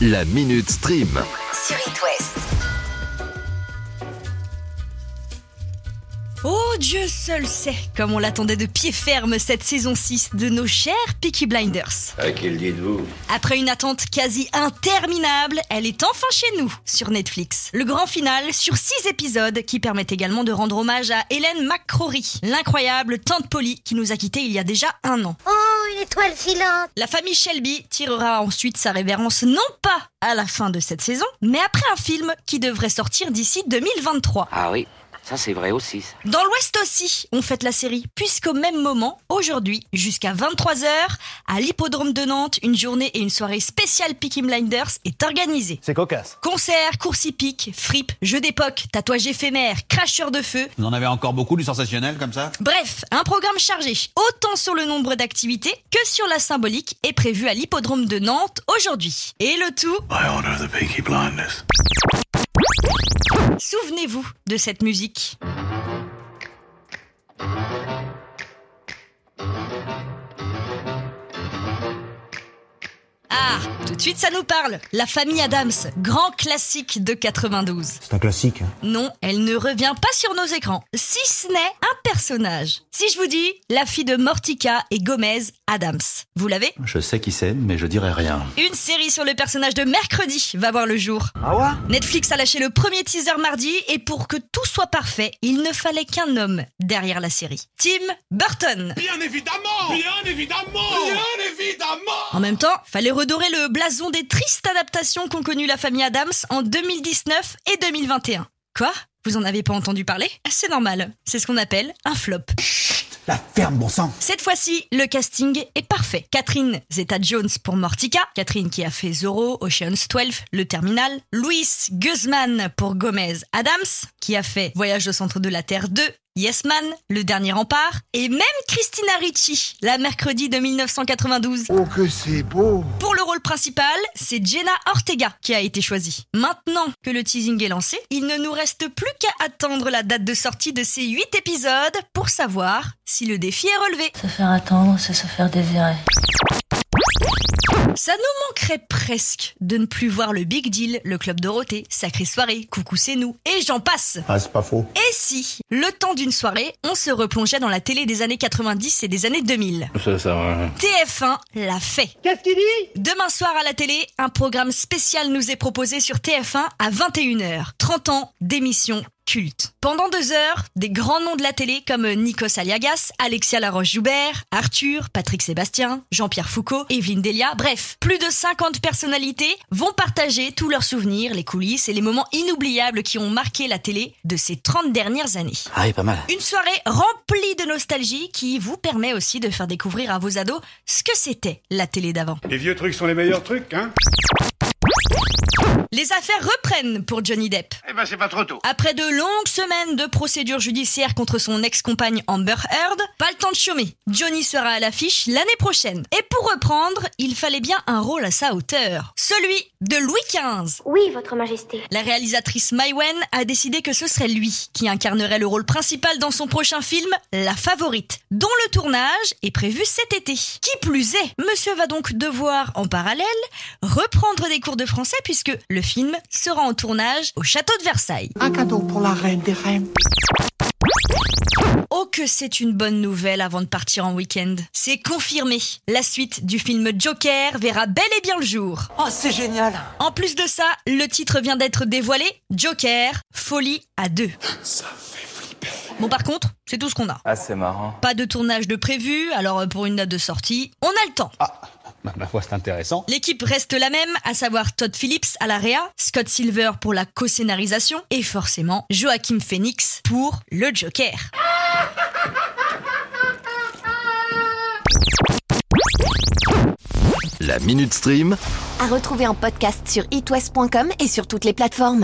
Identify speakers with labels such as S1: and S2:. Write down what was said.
S1: La Minute Stream.
S2: sur It West.
S3: Oh Dieu seul sait comme on l'attendait de pied ferme cette saison 6 de nos chers Peaky Blinders.
S4: À quel dites-vous
S3: Après une attente quasi interminable, elle est enfin chez nous sur Netflix. Le grand final sur 6 épisodes qui permet également de rendre hommage à Hélène McCrory, l'incroyable tante Polly qui nous a quittés il y a déjà un an.
S5: Oh, une étoile filante
S3: La famille Shelby tirera ensuite sa révérence non pas à la fin de cette saison, mais après un film qui devrait sortir d'ici 2023.
S6: Ah oui, ça c'est vrai aussi. ça.
S3: Dans l'Ouest aussi, on fête la série, puisqu'au même moment, aujourd'hui, jusqu'à 23h, à l'Hippodrome de Nantes, une journée et une soirée spéciale Peaky Blinders est organisée.
S7: C'est cocasse.
S3: Concerts, courses hippiques, fripes, jeux d'époque, tatouages éphémères, cracheurs de feu,
S8: Vous en avez encore beaucoup du sensationnel comme ça
S3: bref, un programme chargé, autant sur le nombre d'activités que sur la symbolique, est prévu à l'Hippodrome de Nantes aujourd'hui. Et le tout
S9: I honor the Peaky Blinders.
S3: Souvenez-vous de cette musique. Ah, tout de suite ça nous parle. La famille Adams, grand classique de 92.
S7: C'est un classique. hein.
S3: Non, elle ne revient pas sur nos écrans, si ce n'est un personnage. Si je vous dis la fille de Mortica et Gomez Adams, vous l'avez
S8: Je sais qui c'est, mais je dirai rien.
S3: Une série sur le personnage de mercredi va voir le jour.
S7: Ah ouais
S3: Netflix a lâché le premier teaser mardi et pour que tout soit parfait, il ne fallait qu'un homme derrière la série. Tim Burton.
S9: Bien évidemment Bien évidemment Bien évidemment
S3: En même temps, fallait redorer le blason des tristes adaptations qu'ont connues la famille Adams en 2019 et 2021. Quoi Vous en avez pas entendu parler C'est normal. C'est ce qu'on appelle un flop.
S7: La ferme, bon sang.
S3: Cette fois-ci, le casting est parfait. Catherine Zeta-Jones pour Mortica, Catherine qui a fait Zorro, Ocean's 12, Le Terminal, Luis Guzman pour Gomez Adams, qui a fait Voyage au centre de la Terre 2, Yes Man, Le Dernier Rempart, et même Christina Ricci, la mercredi de 1992.
S9: Oh que c'est beau
S3: Pour le rôle principal, c'est Jenna Ortega qui a été choisie. Maintenant que le teasing est lancé, il ne nous reste plus qu'à attendre la date de sortie de ces 8 épisodes pour savoir si le défi est relevé.
S10: Se faire attendre, c'est se faire désirer.
S3: Ça nous manquerait presque de ne plus voir le Big Deal, le Club Dorothée, Sacrée Soirée, Coucou c'est nous, et j'en passe.
S7: Ah, c'est pas faux.
S3: Et si, le temps d'une soirée, on se replongeait dans la télé des années 90 et des années 2000
S4: Ça, ça, ouais.
S3: TF1 l'a fait. Qu'est-ce qu'il dit Demain soir à la télé, un programme spécial nous est proposé sur TF1 à 21h. 30 ans d'émission culte. Pendant deux heures, des grands noms de la télé comme Nikos Aliagas, Alexia Laroche-Joubert, Arthur, Patrick Sébastien, Jean-Pierre Foucault, Evelyne Delia, bref, plus de 50 personnalités vont partager tous leurs souvenirs, les coulisses et les moments inoubliables qui ont marqué la télé de ces 30 dernières années.
S6: Ah oui, pas mal.
S3: Une soirée remplie de nostalgie qui vous permet aussi de faire découvrir à vos ados ce que c'était la télé d'avant.
S9: Les vieux trucs sont les meilleurs trucs, hein
S3: Les affaires reprennent pour Johnny Depp.
S4: Eh ben, c'est pas trop tôt.
S3: Après de longues semaines de procédures judiciaires contre son ex-compagne Amber Heard, pas le temps de chômer. Johnny sera à l'affiche l'année prochaine. Et pour reprendre, il fallait bien un rôle à sa hauteur. Celui de Louis XV.
S5: Oui, Votre Majesté.
S3: La réalisatrice Maïwen a décidé que ce serait lui qui incarnerait le rôle principal dans son prochain film, La Favorite, dont le tournage est prévu cet été. Qui plus est, monsieur va donc devoir, en parallèle, reprendre des cours de français puisque le film sera en tournage au château de Versailles.
S9: Un cadeau pour la reine des reines.
S3: Oh que c'est une bonne nouvelle avant de partir en week-end. C'est confirmé. La suite du film Joker verra bel et bien le jour.
S7: Oh, c'est génial.
S3: En plus de ça, le titre vient d'être dévoilé. Joker, folie à deux. Bon par contre, c'est tout ce qu'on a.
S6: Ah, c'est marrant.
S3: Pas de tournage de prévu, alors euh, pour une date de sortie, on a le temps.
S8: Ma foi, c'est intéressant.
S3: L'équipe reste la même, à savoir Todd Phillips à la réa, Scott Silver pour la co-scénarisation et forcément Joachim Phoenix pour le Joker.
S1: La Minute Stream
S2: À retrouver en podcast sur itwest.com et sur toutes les plateformes.